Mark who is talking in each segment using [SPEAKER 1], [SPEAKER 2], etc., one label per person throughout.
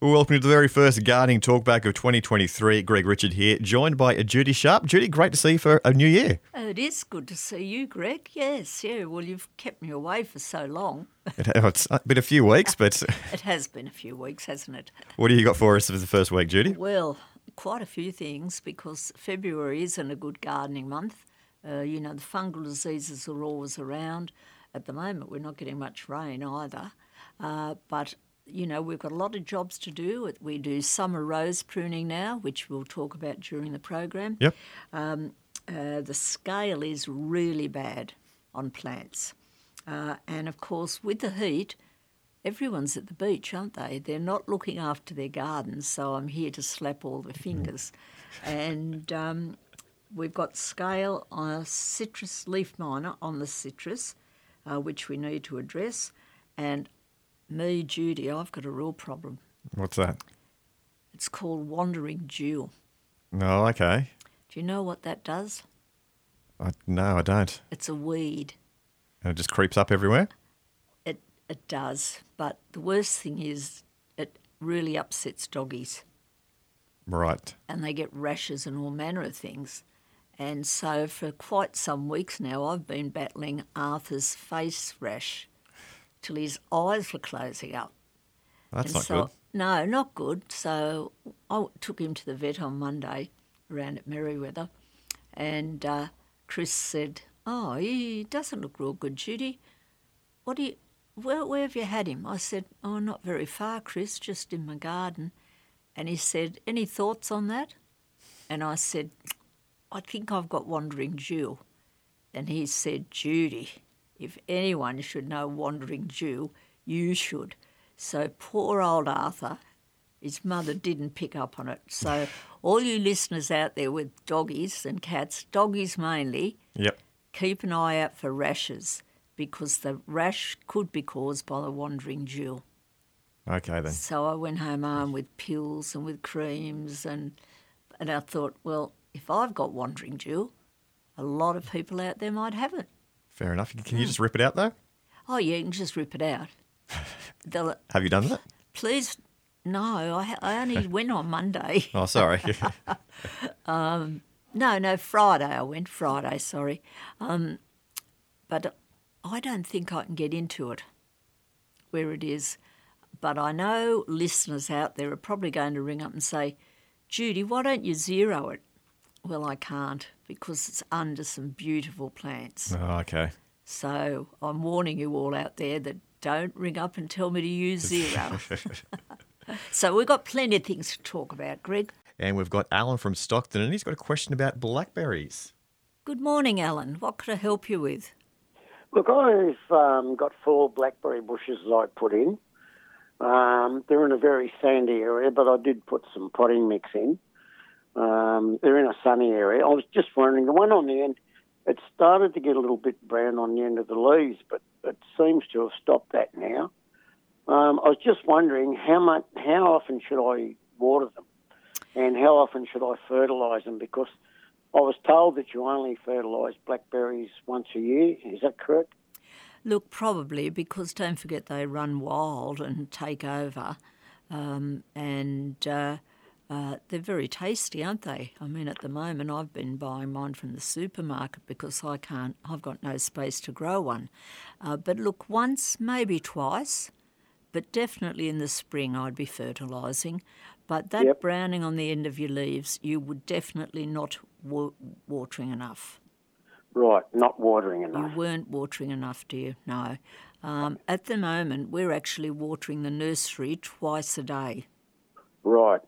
[SPEAKER 1] Well, welcome to the very first gardening talkback of 2023. Greg Richard here, joined by uh, Judy Sharp. Judy, great to see you for a new year.
[SPEAKER 2] Oh, it is good to see you, Greg. Yes, yeah. Well, you've kept me away for so long.
[SPEAKER 1] It, oh, it's uh, been a few weeks, but
[SPEAKER 2] It has been a few weeks, hasn't it?
[SPEAKER 1] what do you got for us for the first week, Judy?
[SPEAKER 2] Well, quite a few things because February isn't a good gardening month. Uh, you know, the fungal diseases are always around. At the moment, we're not getting much rain either. Uh, but, you know, we've got a lot of jobs to do. We do summer rose pruning now, which we'll talk about during the program.
[SPEAKER 1] Yep.
[SPEAKER 2] uh, the scale is really bad on plants. Uh, and of course, with the heat, everyone's at the beach, aren't they? They're not looking after their gardens, so I'm here to slap all the fingers. and um, we've got scale on a citrus leaf miner on the citrus, uh, which we need to address. And me, Judy, I've got a real problem.
[SPEAKER 1] What's that?
[SPEAKER 2] It's called wandering jewel.
[SPEAKER 1] Oh, okay.
[SPEAKER 2] Do you know what that does?
[SPEAKER 1] I, no, I don't.
[SPEAKER 2] It's a weed.
[SPEAKER 1] And it just creeps up everywhere.
[SPEAKER 2] It it does, but the worst thing is it really upsets doggies,
[SPEAKER 1] Right.
[SPEAKER 2] and they get rashes and all manner of things. And so for quite some weeks now, I've been battling Arthur's face rash till his eyes were closing up.
[SPEAKER 1] That's
[SPEAKER 2] And
[SPEAKER 1] not
[SPEAKER 2] so,
[SPEAKER 1] good.
[SPEAKER 2] No, not good. So I w- took him to the vet on Monday around at Merriweather, and uh, Chris said, "Oh, he doesn't look real good, Judy. What do you? Where, where have you had him?" I said, "Oh, not very far, Chris. Just in my garden." And he said, "Any thoughts on that?" And I said, "I think I've got wandering Jew." And he said, Judy, if anyone should know Wandering Jew, you should. So poor old Arthur, his mother didn't pick up on it. So, all you listeners out there with doggies and cats, doggies mainly,
[SPEAKER 1] Yep.
[SPEAKER 2] keep an eye out for rashes because the rash could be caused by the Wandering Jew.
[SPEAKER 1] Okay then.
[SPEAKER 2] So I went home armed with pills and with creams, and and I thought, well, if I've got Wandering Jew, a lot of people out there might have it.
[SPEAKER 1] Fair enough. Can you just rip it out though?
[SPEAKER 2] Oh, yeah, you can just rip it out. They'll,
[SPEAKER 1] Have you done that?
[SPEAKER 2] please, no, I, I only went on Monday.
[SPEAKER 1] Oh, sorry.
[SPEAKER 2] Um, No, no, Friday I went, Friday, sorry. Um, but I don't think I can get into it where it is. But I know listeners out there are probably going to ring up and say, Judy, why don't you zero it? Well, I can't because it's under some beautiful plants.
[SPEAKER 1] oh, okay.
[SPEAKER 2] So I'm warning you all out there that don't ring up and tell me to use zero. so we've got plenty of things to talk about, Greg.
[SPEAKER 1] And we've got Alan from Stockton, and he's got a question about blackberries.
[SPEAKER 2] Good morning, Alan. What could I help you with?
[SPEAKER 3] Look, I've um, got four blackberry bushes that I put in. Um, they're in a very sandy area, but I did put some potting mix in. Um, they're in a sunny area. I was just wondering, the one on the end, it started to get a little bit brown on the end of the leaves, but it seems to have stopped that now. Um, I was just wondering how much, how often should I water them, and how often should I fertilise them? Because I was told that you only fertilise blackberries once a year. Is that correct?
[SPEAKER 2] Look, probably because don't forget they run wild and take over, um, and uh, uh, they're very tasty, aren't they? I mean, at the moment I've been buying mine from the supermarket because I can't. I've got no space to grow one. Uh, but look, once maybe twice, but definitely in the spring I'd be fertilising. But that
[SPEAKER 3] Yep.
[SPEAKER 2] browning on the end of your leaves, you would definitely not wa- watering enough.
[SPEAKER 3] Right, not watering
[SPEAKER 2] You
[SPEAKER 3] enough.
[SPEAKER 2] weren't watering enough, dear. No. Um, at the moment, we're actually watering the nursery twice a day.
[SPEAKER 3] Right.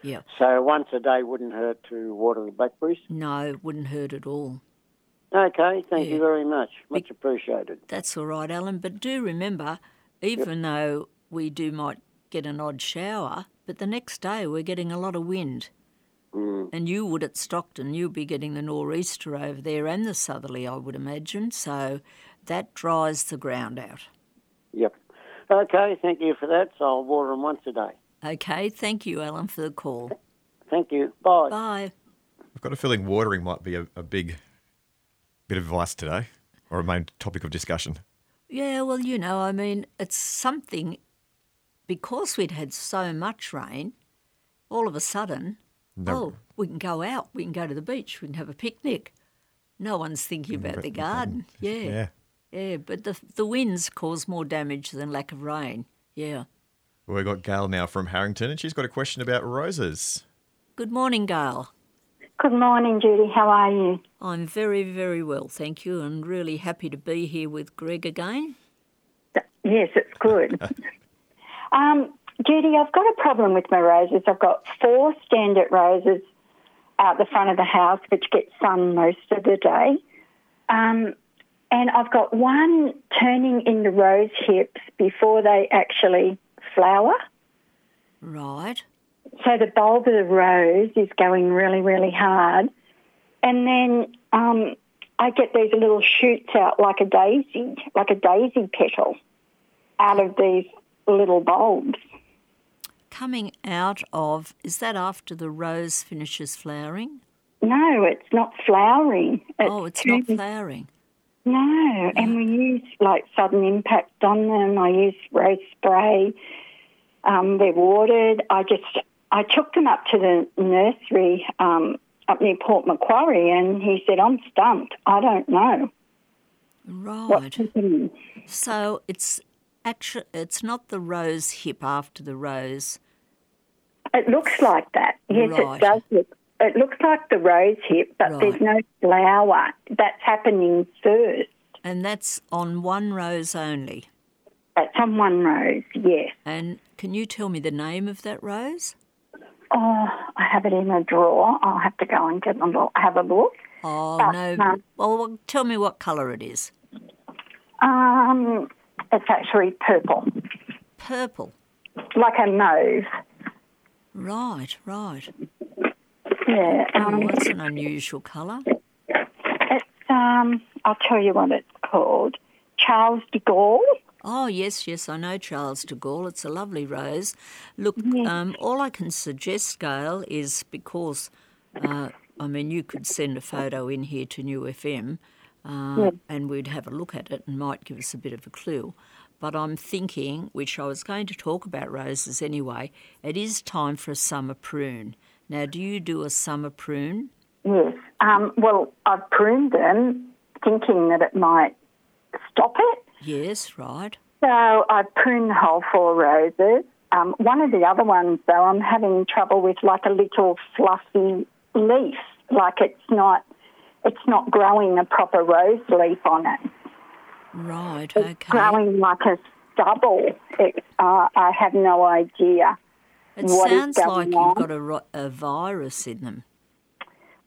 [SPEAKER 2] Yeah.
[SPEAKER 3] So once a day wouldn't hurt to water the blackberries.
[SPEAKER 2] No, wouldn't hurt at all.
[SPEAKER 3] Okay, thank
[SPEAKER 2] Yeah.
[SPEAKER 3] you very much. Much appreciated.
[SPEAKER 2] That's all right, Alan. But do remember, even though we do might get an odd shower, but the next day we're getting a lot of wind.
[SPEAKER 3] Mm.
[SPEAKER 2] And you would at Stockton, you'd be getting the nor'easter over there and the southerly, I would imagine. So that dries the ground out.
[SPEAKER 3] Yep. Okay, thank you for that. So I'll water them once a day.
[SPEAKER 2] Okay, thank you, Alan, for the call.
[SPEAKER 3] Thank you. Bye.
[SPEAKER 2] Bye.
[SPEAKER 1] I've got a feeling watering might be a, a big bit of advice today, or a main topic of discussion.
[SPEAKER 2] Yeah, well, you know, I mean, it's something because we'd had so much rain, all of a sudden, oh, we can go out, we can go to the beach, we can have a picnic. No one's thinking about the garden. Yeah.
[SPEAKER 1] Yeah.
[SPEAKER 2] yeah. but the, the winds cause more damage than lack of rain. Yeah.
[SPEAKER 1] We've got Gail now from Harrington, and she's got a question about roses.
[SPEAKER 2] Good morning, Gail.
[SPEAKER 4] Good morning, Judy. How are you?
[SPEAKER 2] I'm very, very well, thank you, and really happy to be here with Greg again.
[SPEAKER 4] Yes, it's good. um, Judy, I've got a problem with my roses. I've got four standard roses out the front of the house, which get sun most of the day. Um, and I've got one turning in the rose hips before they actually flower.
[SPEAKER 2] Right.
[SPEAKER 4] So the bulb of the rose is going really, really hard. And then um, I get these little shoots out like a daisy, like a daisy petal out of these little bulbs.
[SPEAKER 2] Coming out of, is that after the rose finishes flowering?
[SPEAKER 4] No, it's not flowering.
[SPEAKER 2] oh, it's not
[SPEAKER 4] too-
[SPEAKER 2] flowering.
[SPEAKER 4] No, and we use like sudden impact on them. I use rose spray. Um, they're watered. I just I took them up to the nursery um, up near Port Macquarie, and he said, "I'm stumped. I don't know
[SPEAKER 2] Right.
[SPEAKER 4] what's happening."
[SPEAKER 2] So it's actually it's not the rose hip after the rose.
[SPEAKER 4] It looks like that. Yes,
[SPEAKER 2] Right.
[SPEAKER 4] it does look. It looks like the rose hip, but there's
[SPEAKER 2] Right.
[SPEAKER 4] no flower. That's happening first.
[SPEAKER 2] And that's on one rose only.
[SPEAKER 4] That's on one rose. Yes.
[SPEAKER 2] And can you tell me the name of that rose?
[SPEAKER 4] Oh, I have it in a drawer. I'll have to go and get a look, have a look.
[SPEAKER 2] Oh
[SPEAKER 4] Uh,
[SPEAKER 2] no.
[SPEAKER 4] no.
[SPEAKER 2] Well, well, tell me what colour it is.
[SPEAKER 4] Um, it's actually purple,
[SPEAKER 2] Purple.
[SPEAKER 4] like a mauve.
[SPEAKER 2] Right, right.
[SPEAKER 4] Yeah.
[SPEAKER 2] Oh,
[SPEAKER 4] Um,
[SPEAKER 2] that's an unusual colour.
[SPEAKER 4] it's um, I'll tell you what it's called. Charles de Gaulle.
[SPEAKER 2] Oh, yes, yes, I know Charles de Gaulle. It's a lovely rose. Look, um, all I can suggest, Gail, is because, uh, I mean, you could send a photo in here to New FM uh, and we'd have a look at it and might give us a bit of a clue. But I'm thinking, which I was going to talk about roses anyway, it is time for a summer prune. Now, do you do a summer prune?
[SPEAKER 4] Yes. Um, well, I've pruned them, thinking that it might stop it.
[SPEAKER 2] Yes, right.
[SPEAKER 4] So I pruned the whole four roses. Um, one of the other ones, though, I'm having trouble with, like a little fluffy leaf. Like it's not, it's not growing a proper rose leaf on it.
[SPEAKER 2] Right,
[SPEAKER 4] It's
[SPEAKER 2] okay.
[SPEAKER 4] growing like a stubble. It, uh, I have no idea.
[SPEAKER 2] It
[SPEAKER 4] what is
[SPEAKER 2] sounds like
[SPEAKER 4] going
[SPEAKER 2] you've
[SPEAKER 4] on.
[SPEAKER 2] got a, ro- a virus in them.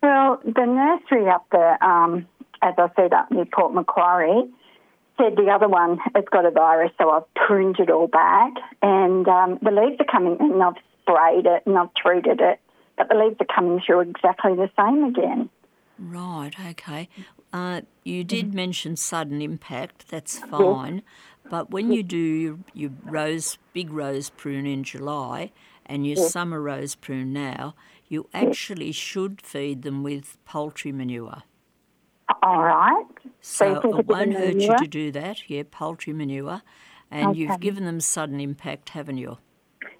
[SPEAKER 4] Well, the nursery up there, um, as I said, up near Port Macquarie, said the other one has got a virus, so I've pruned it all back. And um, the leaves are coming and I've sprayed it and I've treated it, but the leaves are coming through exactly the same again.
[SPEAKER 2] Right, okay. Uh, you did
[SPEAKER 4] Mm-hmm.
[SPEAKER 2] mention sudden impact, that's fine. But when you do your, your rose, big rose prune in July and your summer rose prune now, you actually should feed them with poultry manure.
[SPEAKER 4] All right.
[SPEAKER 2] So
[SPEAKER 4] you think
[SPEAKER 2] it
[SPEAKER 4] it's a
[SPEAKER 2] won't hurt you
[SPEAKER 4] manure?
[SPEAKER 2] to do that, yeah, poultry manure. And you've given them sudden impact, haven't you?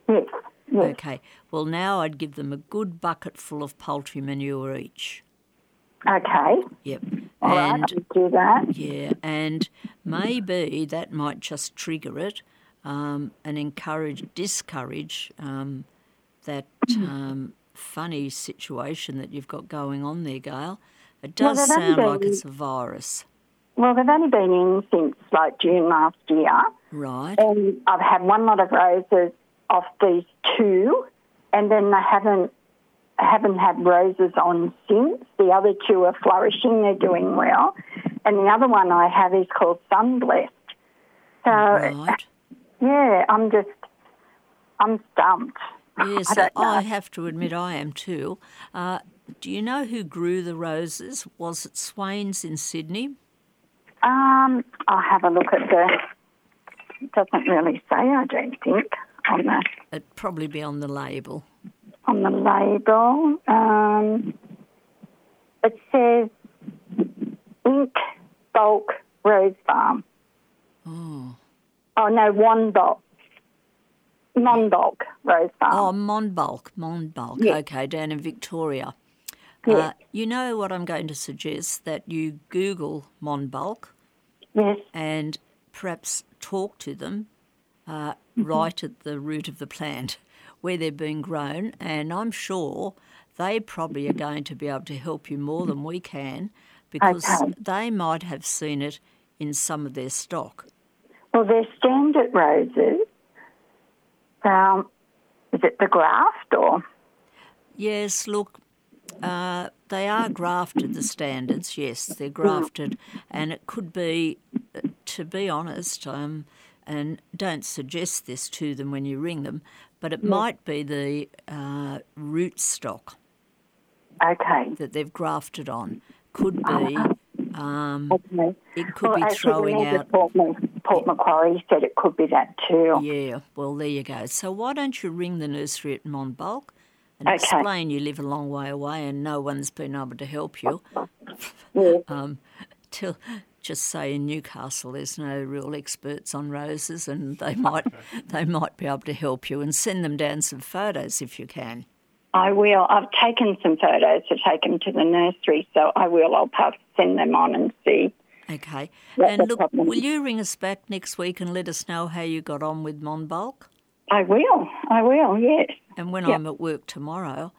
[SPEAKER 4] Yes. Yes.
[SPEAKER 2] Okay. Well, now I'd give them a good bucket full of poultry manure each.
[SPEAKER 4] Okay.
[SPEAKER 2] Yep.
[SPEAKER 4] All right,
[SPEAKER 2] and
[SPEAKER 4] I'll do that.
[SPEAKER 2] Yeah, and maybe that might just trigger it um, and encourage, discourage um, that um, funny situation that you've got going on there, Gail. It
[SPEAKER 4] Well,
[SPEAKER 2] does
[SPEAKER 4] they've only
[SPEAKER 2] sound like
[SPEAKER 4] been-
[SPEAKER 2] it's a virus,
[SPEAKER 4] Well, they've only been in since like June last year.
[SPEAKER 2] right?
[SPEAKER 4] and I've had one lot of roses off these two, and then I haven't I haven't had roses on since. The other two are flourishing; they're doing well, and the other one I have is called Sun Blessed. So
[SPEAKER 2] Right.
[SPEAKER 4] yeah, I'm just I'm stumped.
[SPEAKER 2] Yes,
[SPEAKER 4] I don't know.
[SPEAKER 2] I have to admit I am too. Uh, do you know who grew the roses? Was it Swains in Sydney?
[SPEAKER 4] Um, I'll have a look at the. It doesn't really say, I don't think, on the
[SPEAKER 2] It'd probably be on the label.
[SPEAKER 4] on the label. Um, it says Ink Bulk Rose Farm. Oh. Oh no, One Bulk. non-bulk rose farm.
[SPEAKER 2] Oh, Monbulk, Monbulk.
[SPEAKER 4] Yes.
[SPEAKER 2] Okay, down in Victoria. Uh,
[SPEAKER 4] Yes.
[SPEAKER 2] you know what I'm going to suggest? That you Google Monbulk
[SPEAKER 4] yes,
[SPEAKER 2] and perhaps talk to them uh,
[SPEAKER 4] Mm-hmm.
[SPEAKER 2] right at the root of the plant where they're being grown. And I'm sure they probably are going to be able to help you more than we can because
[SPEAKER 4] Okay.
[SPEAKER 2] they might have seen it in some of their stock.
[SPEAKER 4] Well, they're standard roses. Um, is it the graft or?
[SPEAKER 2] Yes, look, uh, they are grafted, the standards, yes, they're grafted. And it could be, uh, to be honest, um, and don't suggest this to them when you ring them, but it might be the uh, root stock
[SPEAKER 4] Okay. Uh-huh.
[SPEAKER 2] that they've grafted on. Could be, um,
[SPEAKER 4] okay.
[SPEAKER 2] it could
[SPEAKER 4] well,
[SPEAKER 2] be
[SPEAKER 4] actually,
[SPEAKER 2] throwing
[SPEAKER 4] Renee
[SPEAKER 2] out.
[SPEAKER 4] Port, Ma- Port Macquarie said it could be that too.
[SPEAKER 2] Yeah, well, there you go. So why don't you ring the nursery at Monbulk and
[SPEAKER 4] Okay.
[SPEAKER 2] explain you live a long way away and no one's been able to help you?
[SPEAKER 4] Yeah.
[SPEAKER 2] um, till just say in Newcastle there's no real experts on roses, and they might they might be able to help you and send them down some photos if you can.
[SPEAKER 4] I will. I've taken some photos to take them to the nursery, so I will. I'll pass, send them on and see.
[SPEAKER 2] Okay,
[SPEAKER 4] Yeah, no
[SPEAKER 2] and look,
[SPEAKER 4] problem.
[SPEAKER 2] will you ring us back next week and let us know how you got on with Monbulk?
[SPEAKER 4] I will. I will. Yes.
[SPEAKER 2] And when
[SPEAKER 4] Yeah.
[SPEAKER 2] I'm at work tomorrow,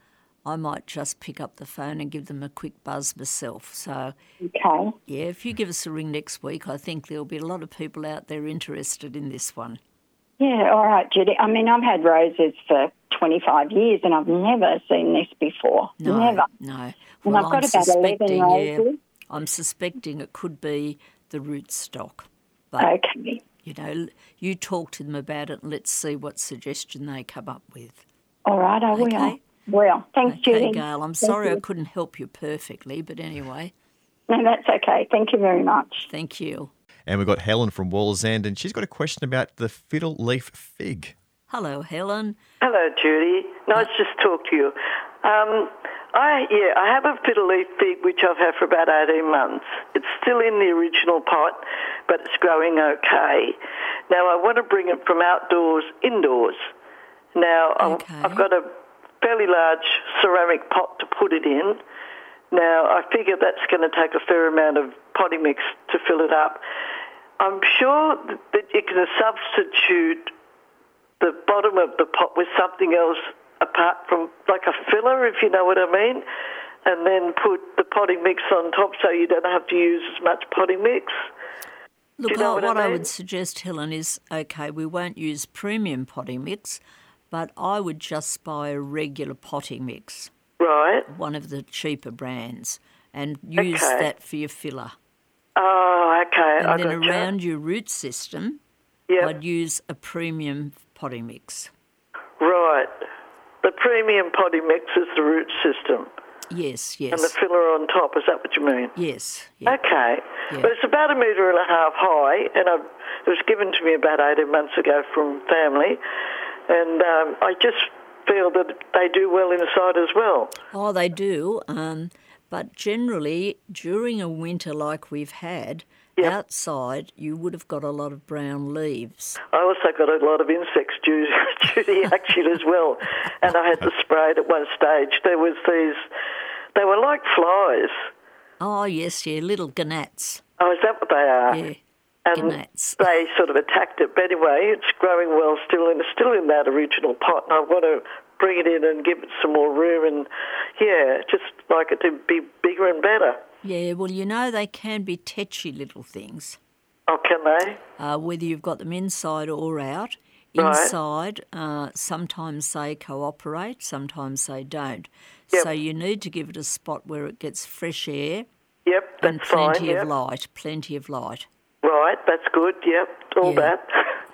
[SPEAKER 2] I might just pick up the phone and give them a quick buzz myself. So
[SPEAKER 4] Okay.
[SPEAKER 2] yeah, if you give us a ring next week, I think there'll be a lot of people out there interested in this one.
[SPEAKER 4] Yeah. All right, Judy. I mean, I've had roses for 25 years, and I've never seen this before.
[SPEAKER 2] No,
[SPEAKER 4] Never.
[SPEAKER 2] no.
[SPEAKER 4] And
[SPEAKER 2] Well,
[SPEAKER 4] I've got
[SPEAKER 2] I'm
[SPEAKER 4] about 11
[SPEAKER 2] suspecting, yeah,
[SPEAKER 4] roses.
[SPEAKER 2] I'm suspecting it could be the root stock. But,
[SPEAKER 4] Okay.
[SPEAKER 2] you know, l- you talk to them about it and let's see what suggestion they come up with.
[SPEAKER 4] All right. I will.
[SPEAKER 2] Okay.
[SPEAKER 4] Well, thanks,
[SPEAKER 2] Okay,
[SPEAKER 4] Judy.
[SPEAKER 2] Gail, I'm
[SPEAKER 4] Thank
[SPEAKER 2] sorry I
[SPEAKER 4] you.
[SPEAKER 2] couldn't help you perfectly, but anyway,
[SPEAKER 4] No, that's okay. Thank you very much.
[SPEAKER 2] thank you.
[SPEAKER 1] And we've got Helen from Walls End, and she's got a question about the fiddle leaf fig.
[SPEAKER 2] Hello, Helen.
[SPEAKER 5] Hello, Judy. Nice to just talk to you. Um, I yeah, I have a fiddle leaf fig which I've had for about eighteen months. It's still in the original pot, but it's growing okay. Now I want to bring it from outdoors indoors. Now I'm-
[SPEAKER 2] Okay.
[SPEAKER 5] I've got a fairly large ceramic pot to put it in. Now I figure that's going to take a fair amount of potting mix to fill it up. I'm sure th- that you can substitute the bottom of the pot with something else apart from like a filler, if you know what I mean, and then put the potting mix on top so you don't have to use as much potting mix.
[SPEAKER 2] Look,
[SPEAKER 5] you know
[SPEAKER 2] I-
[SPEAKER 5] what
[SPEAKER 2] what,
[SPEAKER 5] I
[SPEAKER 2] I,
[SPEAKER 5] mean?
[SPEAKER 2] would suggest, Helen, is okay, we won't use premium potting mix, but I would just buy a regular potting mix.
[SPEAKER 5] Right.
[SPEAKER 2] one of the cheaper brands and use
[SPEAKER 5] Okay.
[SPEAKER 2] that for your filler.
[SPEAKER 5] Oh, okay.
[SPEAKER 2] And
[SPEAKER 5] I
[SPEAKER 2] then
[SPEAKER 5] gotcha.
[SPEAKER 2] around your root system,
[SPEAKER 5] Yeah.
[SPEAKER 2] I'd use a premium potting mix.
[SPEAKER 5] Right. The premium potting mix is the root system,
[SPEAKER 2] Yes,
[SPEAKER 5] and the
[SPEAKER 2] yes.
[SPEAKER 5] filler on top. Is that what you mean?
[SPEAKER 2] Yes. yeah.
[SPEAKER 5] Okay.
[SPEAKER 2] Yeah.
[SPEAKER 5] Well, it's about a metre and a half high, and I've, it was given to me about 18 months ago from family, and um, I just feel that they do well inside as well.
[SPEAKER 2] Oh, they do. Um, but generally, during a winter like we've had,
[SPEAKER 5] Yep.
[SPEAKER 2] outside you would have got a lot of brown leaves.
[SPEAKER 5] I also got a lot of insects due, due to the action as well, and I had to spray it at one stage. There was these, they were like flies.
[SPEAKER 2] Oh, yes, yeah, little gnats.
[SPEAKER 5] Oh, is that what they are?
[SPEAKER 2] Yeah,
[SPEAKER 5] and
[SPEAKER 2] gnats.
[SPEAKER 5] they sort of attacked it. But anyway, it's growing well still, and it's still in that original pot. And I want to bring it in and give it some more room, and yeah, just like it to be bigger and better.
[SPEAKER 2] Yeah, well, you know, they can be tetchy little things.
[SPEAKER 5] Oh, can they?
[SPEAKER 2] uh, whether you've got them inside or out.
[SPEAKER 5] Right.
[SPEAKER 2] Inside, uh, sometimes they cooperate, sometimes they don't.
[SPEAKER 5] Yep.
[SPEAKER 2] So you need to give it a spot where it gets fresh air
[SPEAKER 5] Yep, that's
[SPEAKER 2] and plenty
[SPEAKER 5] fine.
[SPEAKER 2] of
[SPEAKER 5] Yep.
[SPEAKER 2] light, plenty of light.
[SPEAKER 5] Right, that's good. Yep, all
[SPEAKER 2] Yeah.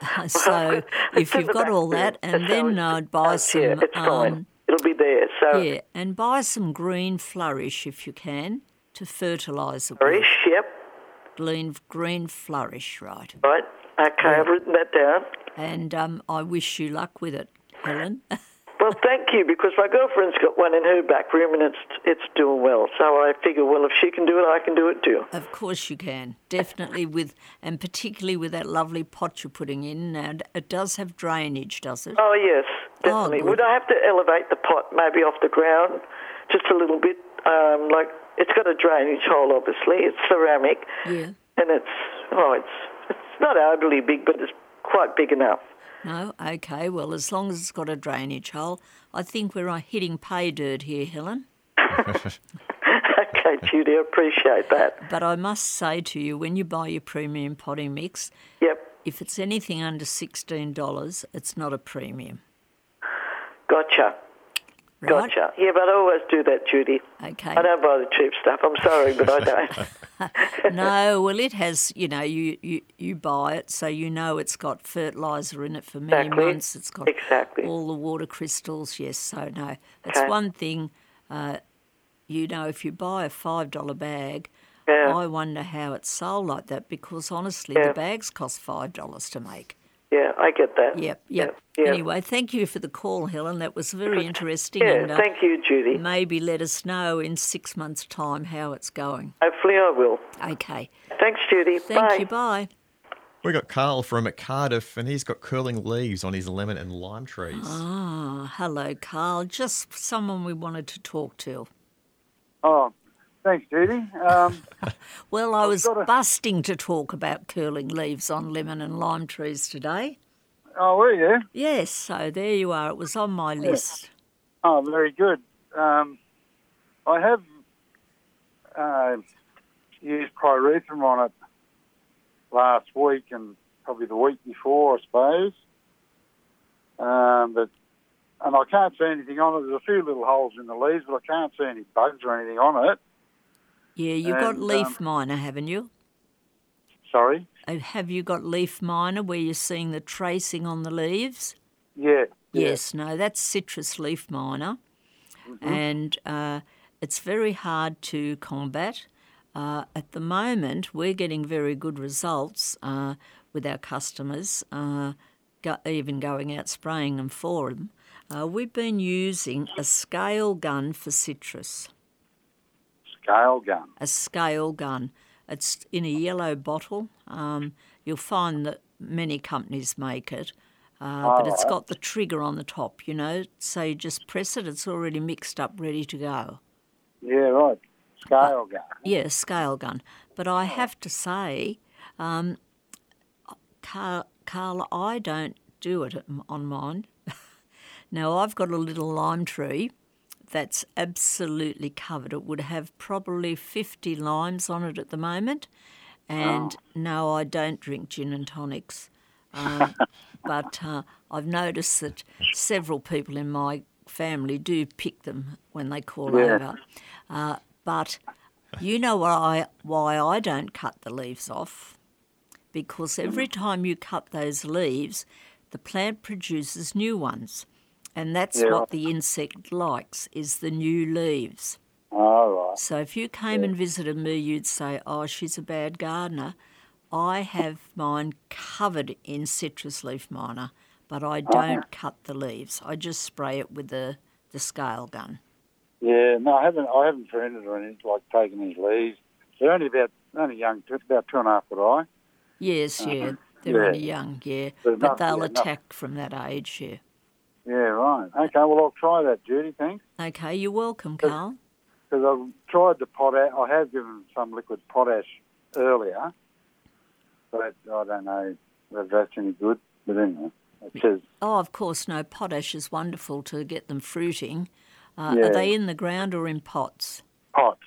[SPEAKER 5] that.
[SPEAKER 2] so
[SPEAKER 5] It's
[SPEAKER 2] if
[SPEAKER 5] in
[SPEAKER 2] you've
[SPEAKER 5] the
[SPEAKER 2] got
[SPEAKER 5] back
[SPEAKER 2] all
[SPEAKER 5] room.
[SPEAKER 2] that, and
[SPEAKER 5] That's how
[SPEAKER 2] then
[SPEAKER 5] it's-
[SPEAKER 2] I'd buy
[SPEAKER 5] it's
[SPEAKER 2] some.
[SPEAKER 5] here. it's fine.
[SPEAKER 2] um,
[SPEAKER 5] It'll be there. So
[SPEAKER 2] yeah, and buy some green flourish if you can to fertilise the
[SPEAKER 5] flourish. Yep.
[SPEAKER 2] Green, green flourish, right?
[SPEAKER 5] Right. Okay, I've written that down.
[SPEAKER 2] And um, I wish you luck with it, Helen.
[SPEAKER 5] Well, thank you, because my girlfriend's got one in her back room and it's it's doing well. So I figure, well, if she can do it, I can do it too.
[SPEAKER 2] Of course you can, definitely with, and particularly with that lovely pot you're putting in. Now it does have drainage, does it?
[SPEAKER 5] Oh yes, definitely.
[SPEAKER 2] good.
[SPEAKER 5] Would I have to elevate the pot maybe off the ground just a little bit? Um, like it's got a drainage hole, obviously. It's ceramic,
[SPEAKER 2] Yeah.
[SPEAKER 5] and it's oh, it's it's not overly big, but it's quite big enough.
[SPEAKER 2] No, okay. Well, as long as it's got a drainage hole, I think we're uh, hitting pay dirt here, Helen.
[SPEAKER 5] okay, Judy, I appreciate that.
[SPEAKER 2] But I must say to you, when you buy your premium potting mix,
[SPEAKER 5] Yep,
[SPEAKER 2] if it's anything under sixteen dollars, it's not a premium.
[SPEAKER 5] gotcha.
[SPEAKER 2] Right?
[SPEAKER 5] Gotcha. Yeah, but I always do that, Judy.
[SPEAKER 2] Okay.
[SPEAKER 5] I don't buy the cheap stuff. I'm sorry, but I don't.
[SPEAKER 2] no, well, it has. You know, you, you you buy it, so you know it's got fertilizer in it for many
[SPEAKER 5] Exactly.
[SPEAKER 2] months. It's got
[SPEAKER 5] Exactly.
[SPEAKER 2] all the water crystals. Yes, so no, it's
[SPEAKER 5] Okay.
[SPEAKER 2] one thing. Uh, you know, if you buy a five dollar bag,
[SPEAKER 5] Yeah.
[SPEAKER 2] I wonder how it's sold like that because honestly,
[SPEAKER 5] Yeah.
[SPEAKER 2] the bags cost five dollars to make.
[SPEAKER 5] Yeah, I get that.
[SPEAKER 2] Yep, yep.
[SPEAKER 5] Yeah.
[SPEAKER 2] Anyway, thank you for the call, Helen. That was very interesting.
[SPEAKER 5] Yeah,
[SPEAKER 2] and, uh,
[SPEAKER 5] thank you, Judy.
[SPEAKER 2] Maybe let us know in six months' time how it's going.
[SPEAKER 5] Hopefully, I will.
[SPEAKER 2] Okay.
[SPEAKER 5] Thanks, Judy.
[SPEAKER 2] Thank
[SPEAKER 5] Bye.
[SPEAKER 2] you. Bye.
[SPEAKER 1] We got Carl from Cardiff, and he's got curling leaves on his lemon and lime trees.
[SPEAKER 2] Ah, hello, Carl. Just someone we wanted to talk to.
[SPEAKER 6] Oh, thanks, Judy. Um,
[SPEAKER 2] Well, I was
[SPEAKER 6] got a-
[SPEAKER 2] busting to talk about curling leaves on lemon and lime trees today.
[SPEAKER 6] oh, were you?
[SPEAKER 2] Yes, so there you are. It was on my list.
[SPEAKER 6] Oh, very good. Um, I have uh, used pyrethrum on it last week and probably the week before, I suppose. Um, but and I can't see anything on it. There's a few little holes in the leaves, but I can't see any bugs or anything on it.
[SPEAKER 2] Yeah, you've got
[SPEAKER 6] And, um,
[SPEAKER 2] leaf miner, haven't you?
[SPEAKER 6] Sorry.
[SPEAKER 2] Uh, Have you got leaf miner where you're seeing the tracing on the leaves?
[SPEAKER 6] Yeah.
[SPEAKER 2] Yes, no, that's citrus leaf miner, and uh, it's very hard to combat. Uh, at the moment, we're getting very good results uh, with our customers, uh, go, even going out spraying them for them. Uh, we've been using a scale gun for citrus
[SPEAKER 6] Scale gun.
[SPEAKER 2] a scale gun. It's in a yellow bottle. Um, you'll find that many companies make it, uh, but it's got the trigger on the top, you know, so you just press it, it's already mixed up, ready to go.
[SPEAKER 6] Yeah, right. Scale gun.
[SPEAKER 2] Yeah, scale gun. But I have to say, um, Car- Carla, I don't do it at- on mine. now, I've got a little lime tree that's absolutely covered. It would have probably 50 limes on it at the moment. And no, I don't drink gin and tonics. Um, but uh, I've noticed that several people in my family do pick them when they call over. Uh, but you know why why I don't cut the leaves off? Because every time you cut those leaves, the plant produces new ones. And that's what the insect likes is the new leaves.
[SPEAKER 6] All right.
[SPEAKER 2] So if you came and visited me, you'd say, "Oh, she's a bad gardener." I have mine covered in citrus leaf miner, but
[SPEAKER 6] Uh-huh.
[SPEAKER 2] I don't cut the leaves. I just spray it with the, the scale gun.
[SPEAKER 6] Yeah, no, I haven't. I haven't pruning or anything like taking these leaves. They're only about only young, t- about two and a half foot high.
[SPEAKER 2] Yes, yeah. They're
[SPEAKER 6] Uh-huh. Yeah.
[SPEAKER 2] only young, yeah.
[SPEAKER 6] But
[SPEAKER 2] But,
[SPEAKER 6] not-
[SPEAKER 2] they'll
[SPEAKER 6] yeah, not-
[SPEAKER 2] attack from that age, yeah.
[SPEAKER 6] Yeah, right. Okay, well I'll try that, Judy. Thanks.
[SPEAKER 2] Okay, you're welcome, Carl.
[SPEAKER 6] Because I've tried the potash. I have given some liquid potash earlier, but I don't know if that's any good. But anyway, it says
[SPEAKER 2] Oh, of course, no, potash is wonderful to get them fruiting. Uh,
[SPEAKER 6] Yeah.
[SPEAKER 2] Are they in the ground or in pots?
[SPEAKER 6] pot.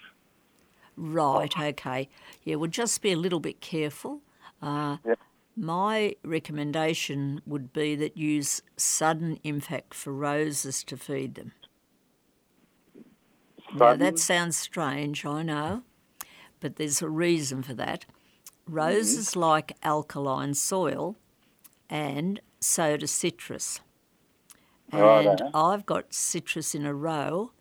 [SPEAKER 2] Right, okay. Yeah, well, just be a little bit careful. Uh,
[SPEAKER 6] Yep.
[SPEAKER 2] My recommendation would be that use sudden impact for roses to feed them. Now, that sounds strange, I know, but there's a reason for that. Roses like alkaline soil, and so do citrus. And
[SPEAKER 6] Righto.
[SPEAKER 2] I've got citrus in a row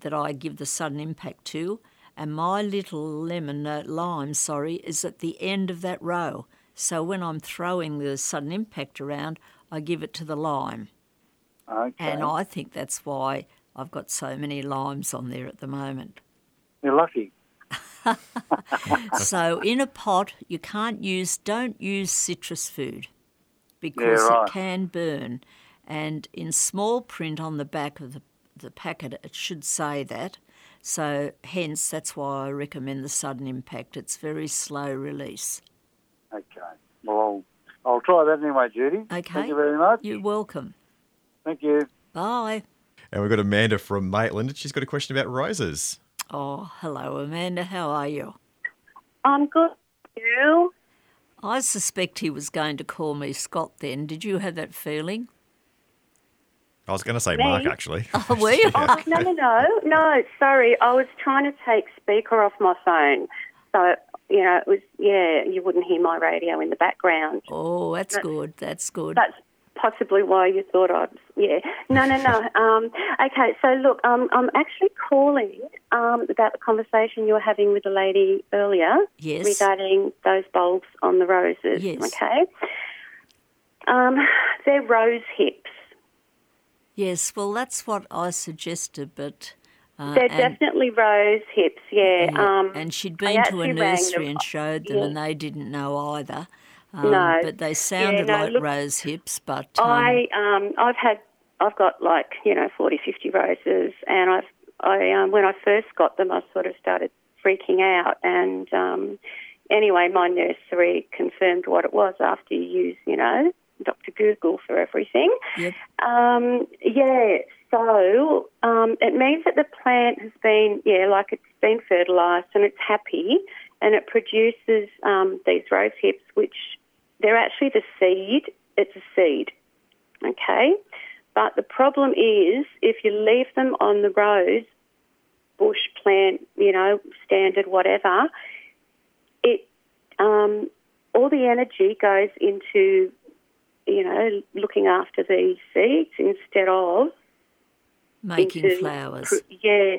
[SPEAKER 2] that I give the sudden impact to, and my little lemon, uh, lime, sorry, is at the end of that row. So when I'm throwing the sudden impact around, I give it to the lime.
[SPEAKER 6] Okay.
[SPEAKER 2] And I think that's why I've got so many limes on there at the moment.
[SPEAKER 6] You're lucky.
[SPEAKER 2] so in a pot, you can't use, don't use citrus food because
[SPEAKER 6] Yeah, right.
[SPEAKER 2] it can burn. And in small print on the back of the, the packet, it should say that. So hence, that's why I recommend the sudden impact. It's very slow release.
[SPEAKER 6] Okay. Well, I'll, I'll try that anyway, Judy.
[SPEAKER 2] Okay.
[SPEAKER 6] Thank you very much.
[SPEAKER 2] You're welcome.
[SPEAKER 6] Thank you.
[SPEAKER 2] Bye.
[SPEAKER 1] And we've got Amanda from Maitland. and She's got a question about roses.
[SPEAKER 2] Oh, hello, Amanda. How are you?
[SPEAKER 7] I'm good. You?
[SPEAKER 2] I suspect he was going to call me Scott then. Did you have that feeling?
[SPEAKER 1] I was going to say
[SPEAKER 7] Me?
[SPEAKER 1] Mark, actually.
[SPEAKER 2] Oh, were you?
[SPEAKER 7] Oh, no, no, no, no. Sorry, I was trying to take speaker off my phone, so you know it was yeah. You wouldn't hear my radio in the background.
[SPEAKER 2] Oh, that's good. That's good.
[SPEAKER 7] That's possibly why you thought I. was Yeah. No, no, no. um, okay. So look, um, I'm actually calling um, about the conversation you were having with the lady earlier
[SPEAKER 2] Yes.
[SPEAKER 7] regarding those bulbs on the roses.
[SPEAKER 2] Yes.
[SPEAKER 7] Okay. Um, they're rose hips.
[SPEAKER 2] Yes, well, that's what I suggested, but. Uh,
[SPEAKER 7] They're
[SPEAKER 2] and,
[SPEAKER 7] definitely rose hips, yeah.
[SPEAKER 2] yeah,
[SPEAKER 7] um,
[SPEAKER 2] and she'd
[SPEAKER 7] I
[SPEAKER 2] been to
[SPEAKER 7] actually
[SPEAKER 2] a
[SPEAKER 7] rang them.
[SPEAKER 2] nursery and showed them,
[SPEAKER 7] Yeah.
[SPEAKER 2] and they didn't know either. Um,
[SPEAKER 7] No.
[SPEAKER 2] But they
[SPEAKER 7] Yeah,
[SPEAKER 2] sounded
[SPEAKER 7] no,
[SPEAKER 2] like
[SPEAKER 7] look,
[SPEAKER 2] rose hips, but. Um,
[SPEAKER 7] I um, I've had I've got like you know 40, 50 roses, and I've I um, when I first got them, I sort of started freaking out, and um, anyway, my nursery confirmed what it was after you use you know Dr Google for everything.
[SPEAKER 2] Yep.
[SPEAKER 7] Um, yeah, so um, it means that the plant has been, yeah, like it's been fertilised and it's happy and it produces um, these rose hips, which they're actually the seed. It's a seed, okay? But the problem is if you leave them on the rose, bush plant, you know, standard, whatever, it um, all the energy goes into you know, looking after these seeds instead of
[SPEAKER 2] making
[SPEAKER 7] into-
[SPEAKER 2] flowers.
[SPEAKER 7] Yeah,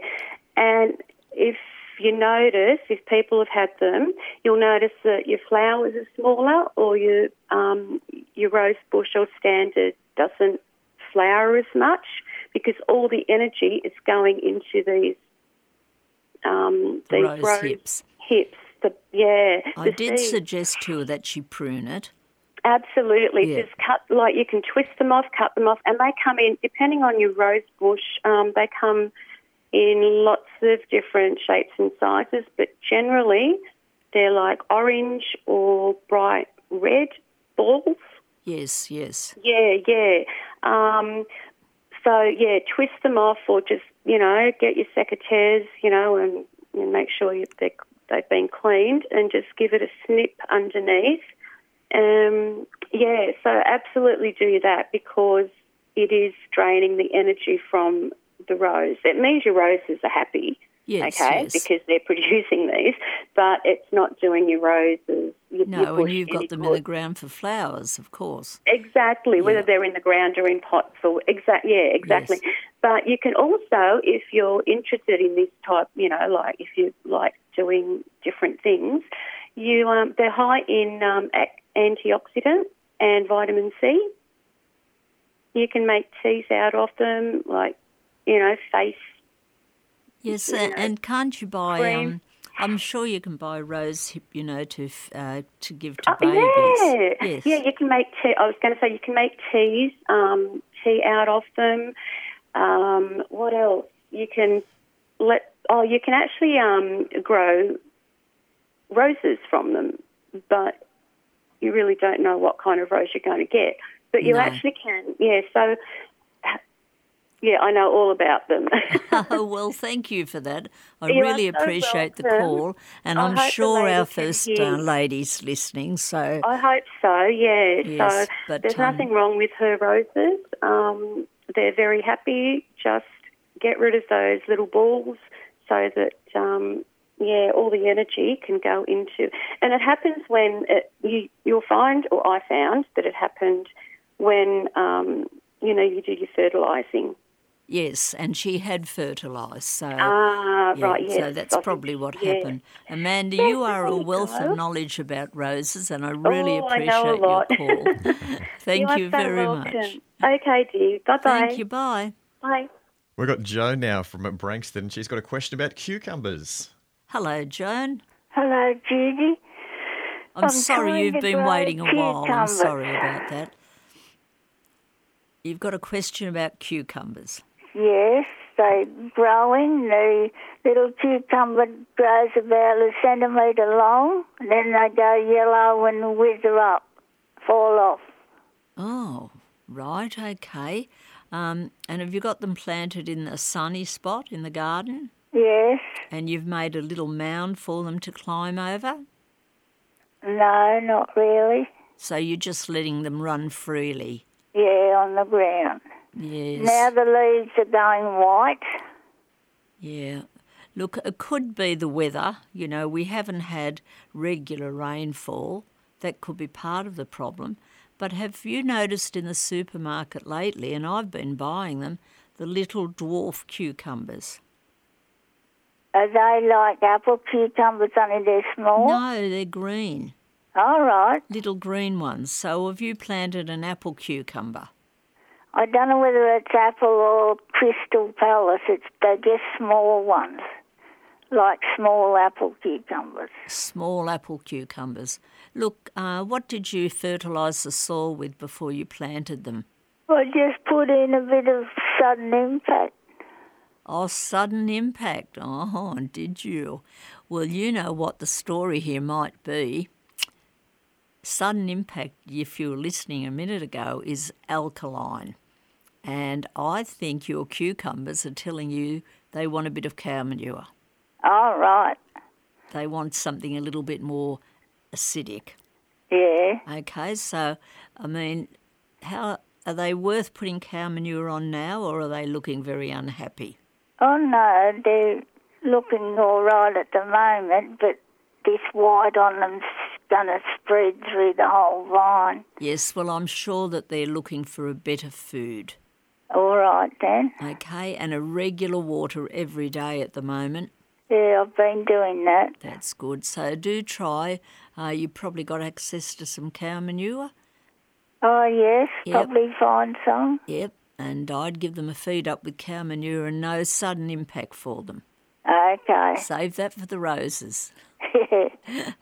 [SPEAKER 7] and if you notice, if people have had them, you'll notice that your flowers are smaller, or your um, your rose bush or standard doesn't flower as much because all the energy is going into these um,
[SPEAKER 2] The
[SPEAKER 7] these
[SPEAKER 2] rose hips.
[SPEAKER 7] hips. The, yeah,
[SPEAKER 2] I
[SPEAKER 7] the
[SPEAKER 2] did
[SPEAKER 7] seeds.
[SPEAKER 2] suggest to her that she prune it.
[SPEAKER 7] Absolutely.
[SPEAKER 2] Yeah.
[SPEAKER 7] Just cut, like you can twist them off, cut them off, and they come in, depending on your rose bush, um, they come in lots of different shapes and sizes, but generally they're like orange or bright red balls.
[SPEAKER 2] Yes, yes.
[SPEAKER 7] Yeah, yeah. Um, so, yeah, twist them off or just, you know, get your secateurs, you know, and, and make sure you, they, they've been cleaned and just give it a snip underneath. Um, yeah, so absolutely do that because it is draining the energy from the rose. It means your roses are happy,
[SPEAKER 2] Yes,
[SPEAKER 7] okay,
[SPEAKER 2] yes.
[SPEAKER 7] because they're producing these, but it's not doing your roses. Your, your
[SPEAKER 2] no, and
[SPEAKER 7] bush
[SPEAKER 2] you've
[SPEAKER 7] any
[SPEAKER 2] got them in the
[SPEAKER 7] good.
[SPEAKER 2] ground for flowers, of course.
[SPEAKER 7] Exactly, whether
[SPEAKER 2] Yeah.
[SPEAKER 7] they're in the ground or in pots or exact, yeah, exactly. But you can also, if you're interested in this type, you know, like if you like doing different things, you um, they're high in um, a- antioxidant and vitamin C. You can make teas out of them, like you know, face.
[SPEAKER 2] Yes,
[SPEAKER 7] you
[SPEAKER 2] and,
[SPEAKER 7] know,
[SPEAKER 2] and can't you buy?
[SPEAKER 7] cream.
[SPEAKER 2] Um, I'm sure you can buy rose hip, you know, to f- uh, to give to
[SPEAKER 7] yeah,
[SPEAKER 2] babies. Yes.
[SPEAKER 7] Oh, yeah. You can make tea. I was going to say you can make teas, um, tea out of them. Um, what else? You can let. Oh, you can actually um, grow roses from them, but you really don't know what kind of rose you're going to get. But you
[SPEAKER 2] No.
[SPEAKER 7] actually can. Yeah. So. Yeah, I know all about them.
[SPEAKER 2] Oh, well, thank you for that. I
[SPEAKER 7] You are
[SPEAKER 2] really
[SPEAKER 7] so
[SPEAKER 2] appreciate the
[SPEAKER 7] welcome.
[SPEAKER 2] call, and
[SPEAKER 7] I
[SPEAKER 2] I'm
[SPEAKER 7] hope the
[SPEAKER 2] sure our
[SPEAKER 7] lady can
[SPEAKER 2] first
[SPEAKER 7] hear
[SPEAKER 2] uh,
[SPEAKER 7] you.
[SPEAKER 2] lady's listening. So
[SPEAKER 7] I hope so. Yeah.
[SPEAKER 2] Yes,
[SPEAKER 7] so
[SPEAKER 2] but,
[SPEAKER 7] there's
[SPEAKER 2] um,
[SPEAKER 7] nothing wrong with her roses. Um, they're very happy. Just get rid of those little balls so that um, yeah, all the energy can go into. And it happens when it, you you'll find, or I found that it happened when um, you know you do your fertilising.
[SPEAKER 2] Yes, and she had fertilised. So,
[SPEAKER 7] Ah,
[SPEAKER 2] yeah,
[SPEAKER 7] right, yes.
[SPEAKER 2] so that's
[SPEAKER 7] I think-
[SPEAKER 2] probably what
[SPEAKER 7] yeah.
[SPEAKER 2] happened. Amanda,
[SPEAKER 7] Yeah,
[SPEAKER 2] you are a
[SPEAKER 7] there you
[SPEAKER 2] wealth
[SPEAKER 7] go.
[SPEAKER 2] of knowledge about roses, and I really
[SPEAKER 7] Oh, I
[SPEAKER 2] appreciate
[SPEAKER 7] know a
[SPEAKER 2] your
[SPEAKER 7] lot.
[SPEAKER 2] call. Thank you,
[SPEAKER 7] are so
[SPEAKER 2] very
[SPEAKER 7] welcome.
[SPEAKER 2] much.
[SPEAKER 7] Okay, dear. Bye bye.
[SPEAKER 2] Thank you. Bye.
[SPEAKER 7] Bye.
[SPEAKER 1] We've got Joan now from Brankston. She's got a question about cucumbers.
[SPEAKER 2] Hello, Joan.
[SPEAKER 8] Hello, Judy.
[SPEAKER 2] I'm,
[SPEAKER 8] I'm
[SPEAKER 2] sorry
[SPEAKER 8] trying
[SPEAKER 2] you've
[SPEAKER 8] to
[SPEAKER 2] been
[SPEAKER 8] grow a
[SPEAKER 2] waiting a while. I'm
[SPEAKER 8] cucumber.
[SPEAKER 2] sorry about that. You've got a question about cucumbers.
[SPEAKER 8] Yes, they growing. The little cucumber grows about a centimetre long. Then they go yellow and wither up, fall off.
[SPEAKER 2] Oh, right, okay. Um, and have you got them planted in a sunny spot in the garden?
[SPEAKER 8] Yes,
[SPEAKER 2] And you've made a little mound for them to climb over?
[SPEAKER 8] no, not really.
[SPEAKER 2] So you're just letting them run freely.
[SPEAKER 8] Yeah, on the ground.
[SPEAKER 2] Yes.
[SPEAKER 8] Now the leaves are going white.
[SPEAKER 2] Yeah. Look, it could be the weather. You know, we haven't had regular rainfall. That could be part of the problem. But have you noticed in the supermarket lately, and I've been buying them, the little dwarf cucumbers?
[SPEAKER 8] Are they like apple cucumbers only they're small?
[SPEAKER 2] No, they're green,
[SPEAKER 8] All right.
[SPEAKER 2] little green ones. So have you planted an apple cucumber?
[SPEAKER 8] I don't know whether it's apple or crystal palace. It's they're just small ones, like small apple cucumbers.
[SPEAKER 2] Small apple cucumbers. Look, uh, what did you fertilise the soil with before you planted them?
[SPEAKER 8] I just put in a bit of sudden impact.
[SPEAKER 2] Oh, sudden impact. Oh, did you? Well, you know what the story here might be. Sudden impact, if you were listening a minute ago, is alkaline. And I think your cucumbers are telling you they want a bit of cow manure.
[SPEAKER 8] All right.
[SPEAKER 2] They want something a little bit more acidic.
[SPEAKER 8] Yeah.
[SPEAKER 2] Okay, so, I mean, how are they worth putting cow manure on now or are they looking very unhappy?
[SPEAKER 8] Oh no, they're looking all right at the moment, but this white on them's gonna spread through the whole vine.
[SPEAKER 2] Yes, well, I'm sure that they're looking for a better food,
[SPEAKER 8] All right then.
[SPEAKER 2] okay, and a regular water every day at the moment.
[SPEAKER 8] Yeah, I've been doing that.
[SPEAKER 2] That's good. So do try. Uh, you probably got access to some cow manure.
[SPEAKER 8] Oh yes,
[SPEAKER 2] Yep.
[SPEAKER 8] probably find some.
[SPEAKER 2] Yep. And I'd give them a feed up with cow manure and no sudden impact for them.
[SPEAKER 8] Okay.
[SPEAKER 2] Save that for the roses.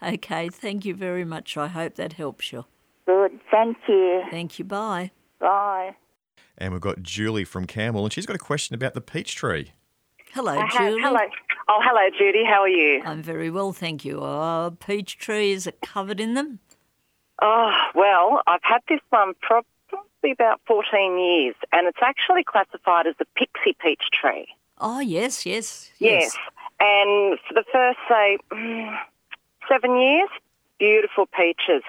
[SPEAKER 2] okay, thank you very much. I hope that helps you.
[SPEAKER 8] Good. Thank you.
[SPEAKER 2] Thank you. Bye.
[SPEAKER 8] Bye.
[SPEAKER 1] And we've got Julie from Campbell, and she's got a question about the peach tree.
[SPEAKER 2] Hello,
[SPEAKER 9] I have-
[SPEAKER 2] Julie.
[SPEAKER 9] Uh, Hello. Oh, hello, Judy. How are you?
[SPEAKER 2] I'm very well, thank you. Oh, peach trees are covered in them.
[SPEAKER 9] Oh, well, I've had this one prob- probably about 14 years, and it's actually classified as the pixie peach tree.
[SPEAKER 2] Oh, yes, yes,
[SPEAKER 9] Yes. And for the first, say, mm, seven years, beautiful peaches.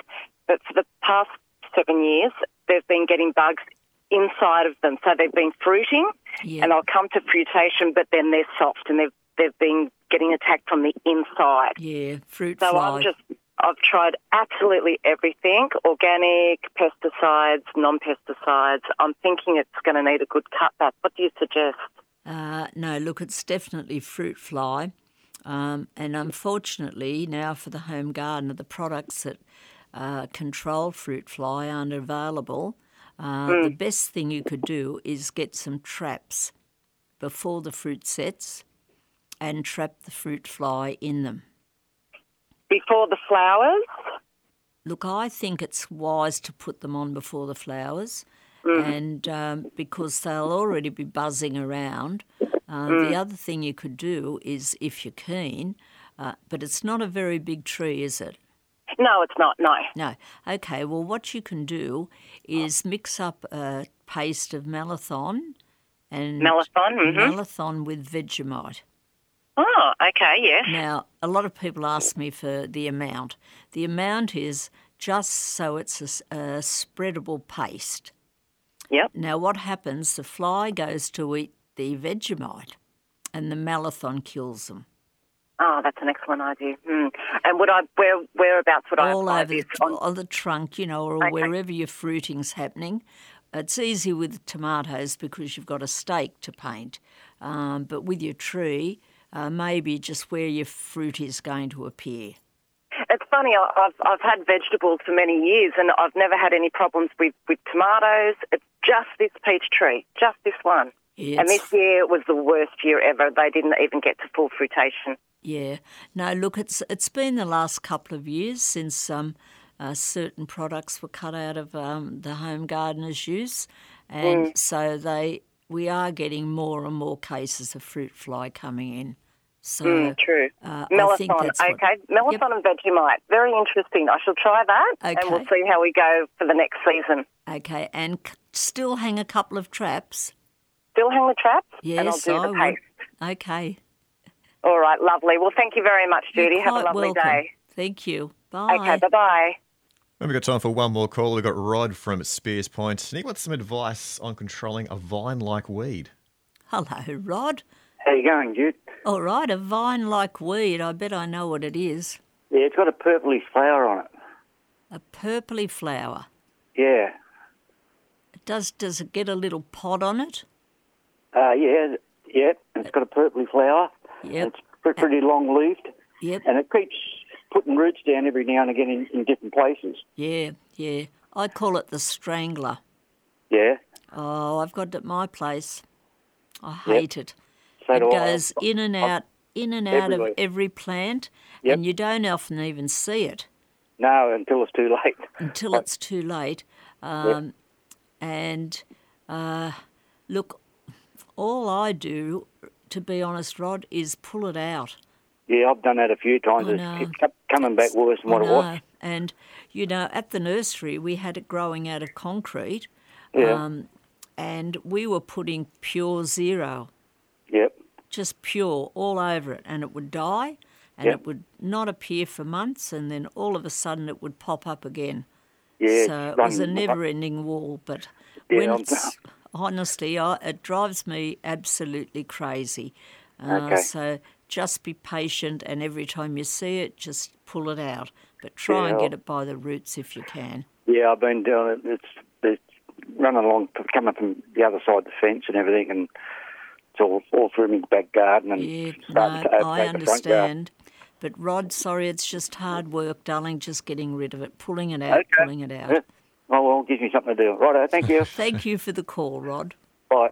[SPEAKER 9] But for the past seven years, they've been getting bugs inside of them. So they've been fruiting,
[SPEAKER 2] Yeah.
[SPEAKER 9] and they'll come to fruitation, but then they're soft and they've, they've been getting attacked from the inside.
[SPEAKER 2] Yeah, fruit
[SPEAKER 9] So
[SPEAKER 2] fly.
[SPEAKER 9] I'm just, I've tried absolutely everything organic, pesticides, non pesticides. I'm thinking it's going to need a good cutback. What do you suggest?
[SPEAKER 2] Uh, no, look, it's definitely fruit fly. Um, and unfortunately, now for the home gardener, the products that uh, control fruit fly aren't available. Uh, The
[SPEAKER 9] Hmm.
[SPEAKER 2] best thing you could do is get some traps before the fruit sets and trap the fruit fly in them.
[SPEAKER 9] Before the flowers?
[SPEAKER 2] Look, I think it's wise to put them on before the flowers,
[SPEAKER 8] Mm.
[SPEAKER 2] and um, because they'll already be buzzing around. Uh, The other thing you could do is, if you're keen, uh, but it's not a very big tree, is it?
[SPEAKER 9] No, it's not. No.
[SPEAKER 2] No. Okay. Well, what you can do is mix up a paste of malathon and
[SPEAKER 9] Melithon, mhm.
[SPEAKER 2] malathon with Vegemite.
[SPEAKER 9] Oh, okay, yes.
[SPEAKER 2] Now, a lot of people ask me for the amount. The amount is just so it's a, s- a spreadable paste.
[SPEAKER 9] Yep.
[SPEAKER 2] Now, what happens? The fly goes to eat the Vegemite, and the malathon kills them.
[SPEAKER 9] Oh, that's an excellent idea. Mm. And would I, where, whereabouts would I
[SPEAKER 2] all
[SPEAKER 9] apply
[SPEAKER 2] over the,
[SPEAKER 9] this? On,
[SPEAKER 2] on the trunk, you know, or
[SPEAKER 9] Okay.
[SPEAKER 2] wherever your fruiting's happening. It's easy with tomatoes because you've got a stake to paint, um, but with your tree, uh, maybe just where your fruit is going to appear.
[SPEAKER 9] It's funny. I- I've I've had vegetables for many years, and I've never had any problems with with tomatoes. It's just this peach tree, just this one.
[SPEAKER 2] Yeah,
[SPEAKER 9] And
[SPEAKER 2] it's-
[SPEAKER 9] this year was the worst year ever. They didn't even get to full fruitation.
[SPEAKER 2] Yeah. No, look, it's it's been the last couple of years since um, uh, certain products were cut out of um, the home gardener's use, and
[SPEAKER 9] Mm.
[SPEAKER 2] so they we are getting more and more cases of fruit fly coming in. So
[SPEAKER 9] Mm, true.
[SPEAKER 2] uh, I think
[SPEAKER 9] Melithon,
[SPEAKER 2] that's what-
[SPEAKER 9] okay. Melithon and Vegemite, very interesting. I shall try that, and we'll
[SPEAKER 2] Okay.
[SPEAKER 9] see how we go for the next season.
[SPEAKER 2] okay, and c- still hang a couple of traps.
[SPEAKER 9] Still hang the traps,
[SPEAKER 2] Yes,
[SPEAKER 9] and I'll do
[SPEAKER 2] I
[SPEAKER 9] the
[SPEAKER 2] would.
[SPEAKER 9] paste.
[SPEAKER 2] Okay.
[SPEAKER 9] All right, lovely. Well, thank you very much,
[SPEAKER 2] You're
[SPEAKER 9] Judy. Have a
[SPEAKER 2] quite
[SPEAKER 9] lovely
[SPEAKER 2] welcome.
[SPEAKER 9] day.
[SPEAKER 2] Thank you. Bye.
[SPEAKER 9] Okay, bye bye.
[SPEAKER 1] And we've got time for one more call. We've got Rod from Spears Point. And he wants some advice on controlling a vine like weed.
[SPEAKER 2] Hello, Rod.
[SPEAKER 10] How you going, Jude?
[SPEAKER 2] All right, a vine like weed. I bet I know what it is.
[SPEAKER 10] Yeah, it's got a purplish flower on it.
[SPEAKER 2] A purpley flower.
[SPEAKER 10] Yeah.
[SPEAKER 2] It does does it get a little pod on it?
[SPEAKER 10] Uh, yeah, yeah. It's got a purplish flower.
[SPEAKER 2] Yep. Uh,
[SPEAKER 10] It's pre- pretty long leaved,
[SPEAKER 2] Yep.
[SPEAKER 10] and it keeps putting roots down every now and again in, in different places.
[SPEAKER 2] Yeah, yeah. I call it the strangler.
[SPEAKER 10] Yeah.
[SPEAKER 2] Oh, I've got it at my place. I hate it.
[SPEAKER 10] So
[SPEAKER 2] it
[SPEAKER 10] do I.
[SPEAKER 2] goes in and out, in and out
[SPEAKER 10] Everywhere.
[SPEAKER 2] of every plant,
[SPEAKER 10] Yep.
[SPEAKER 2] and you don't often even see it
[SPEAKER 10] No, until it's too late.
[SPEAKER 2] until
[SPEAKER 10] Uh,
[SPEAKER 2] it's too late. Um, And uh, look, all I do, to be honest, Rod, is pull it out.
[SPEAKER 10] Yeah, I've done that a few times.
[SPEAKER 2] I
[SPEAKER 10] It's-
[SPEAKER 2] know.
[SPEAKER 10] It kept coming back worse than what
[SPEAKER 2] I
[SPEAKER 10] it was.
[SPEAKER 2] know. And, you know, at the nursery, we had it growing out of concrete.
[SPEAKER 10] Yeah.
[SPEAKER 2] Um, and we were putting pure zero,
[SPEAKER 10] Yep.
[SPEAKER 2] just pure, all over it. And it would die and
[SPEAKER 10] Yeah.
[SPEAKER 2] it would not appear for months. And then all of a sudden it would pop up again.
[SPEAKER 10] Yeah.
[SPEAKER 2] so it
[SPEAKER 10] run-
[SPEAKER 2] was a never ending wall. But
[SPEAKER 10] Yeah,
[SPEAKER 2] when
[SPEAKER 10] I'm-
[SPEAKER 2] it's, honestly, I, it drives me absolutely crazy. Uh,
[SPEAKER 10] Okay.
[SPEAKER 2] So just be patient and every time you see it, just pull it out. But try and
[SPEAKER 10] Yeah.
[SPEAKER 2] get it by the roots if you can.
[SPEAKER 10] Yeah, I've been doing it. It's it's running along, coming from the other side of the fence and everything, and it's all, all through my back garden and
[SPEAKER 2] Yeah, no,
[SPEAKER 10] starting to
[SPEAKER 2] I
[SPEAKER 10] overtake the front garden.
[SPEAKER 2] understand. But Rod, sorry, it's just hard work, darling, just getting rid of it, pulling it out,
[SPEAKER 10] Okay.
[SPEAKER 2] pulling it out.
[SPEAKER 10] Yeah. Oh well, gives me something to do. Righto, thank you.
[SPEAKER 2] Thank you for the call, Rod.
[SPEAKER 10] Bye.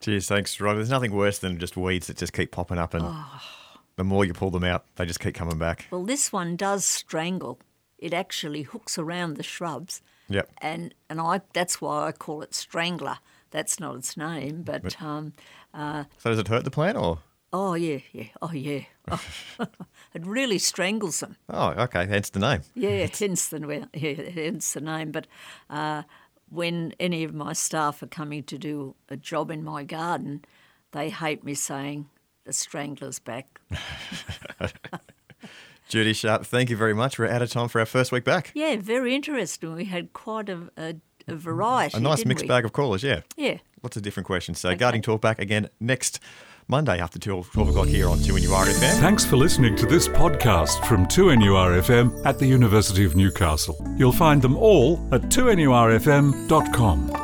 [SPEAKER 1] Cheers, thanks, Rod. There's nothing worse than just weeds that just keep popping up, and
[SPEAKER 2] Ah.
[SPEAKER 1] the more you pull them out, they just keep coming back.
[SPEAKER 2] Well, this one does strangle. It actually hooks around the shrubs,
[SPEAKER 1] Yep.
[SPEAKER 2] and and I that's why I call it strangler. That's not its name, but um,
[SPEAKER 1] So does it hurt the plant, or
[SPEAKER 2] oh yeah, yeah, oh yeah, Oh, it really strangles them.
[SPEAKER 1] oh, okay, hence the name.
[SPEAKER 2] Yeah, hence the well, yeah, hence the name. But uh, when any of my staff are coming to do a job in my garden, they hate me saying the strangler's back.
[SPEAKER 1] Judy Sharp, thank you very much. We're out of time for our first week back.
[SPEAKER 2] Yeah, very interesting. We had quite a, a, a variety.
[SPEAKER 1] A nice
[SPEAKER 2] didn't
[SPEAKER 1] mixed
[SPEAKER 2] we?
[SPEAKER 1] bag of callers, yeah.
[SPEAKER 2] Yeah.
[SPEAKER 1] Lots of different questions. So, guarding talk back again next Monday after 12, 12 o'clock here on 2NURFM.
[SPEAKER 11] Thanks for listening to this podcast from 2NURFM at the University of Newcastle. You'll find them all at 2NURFM.com.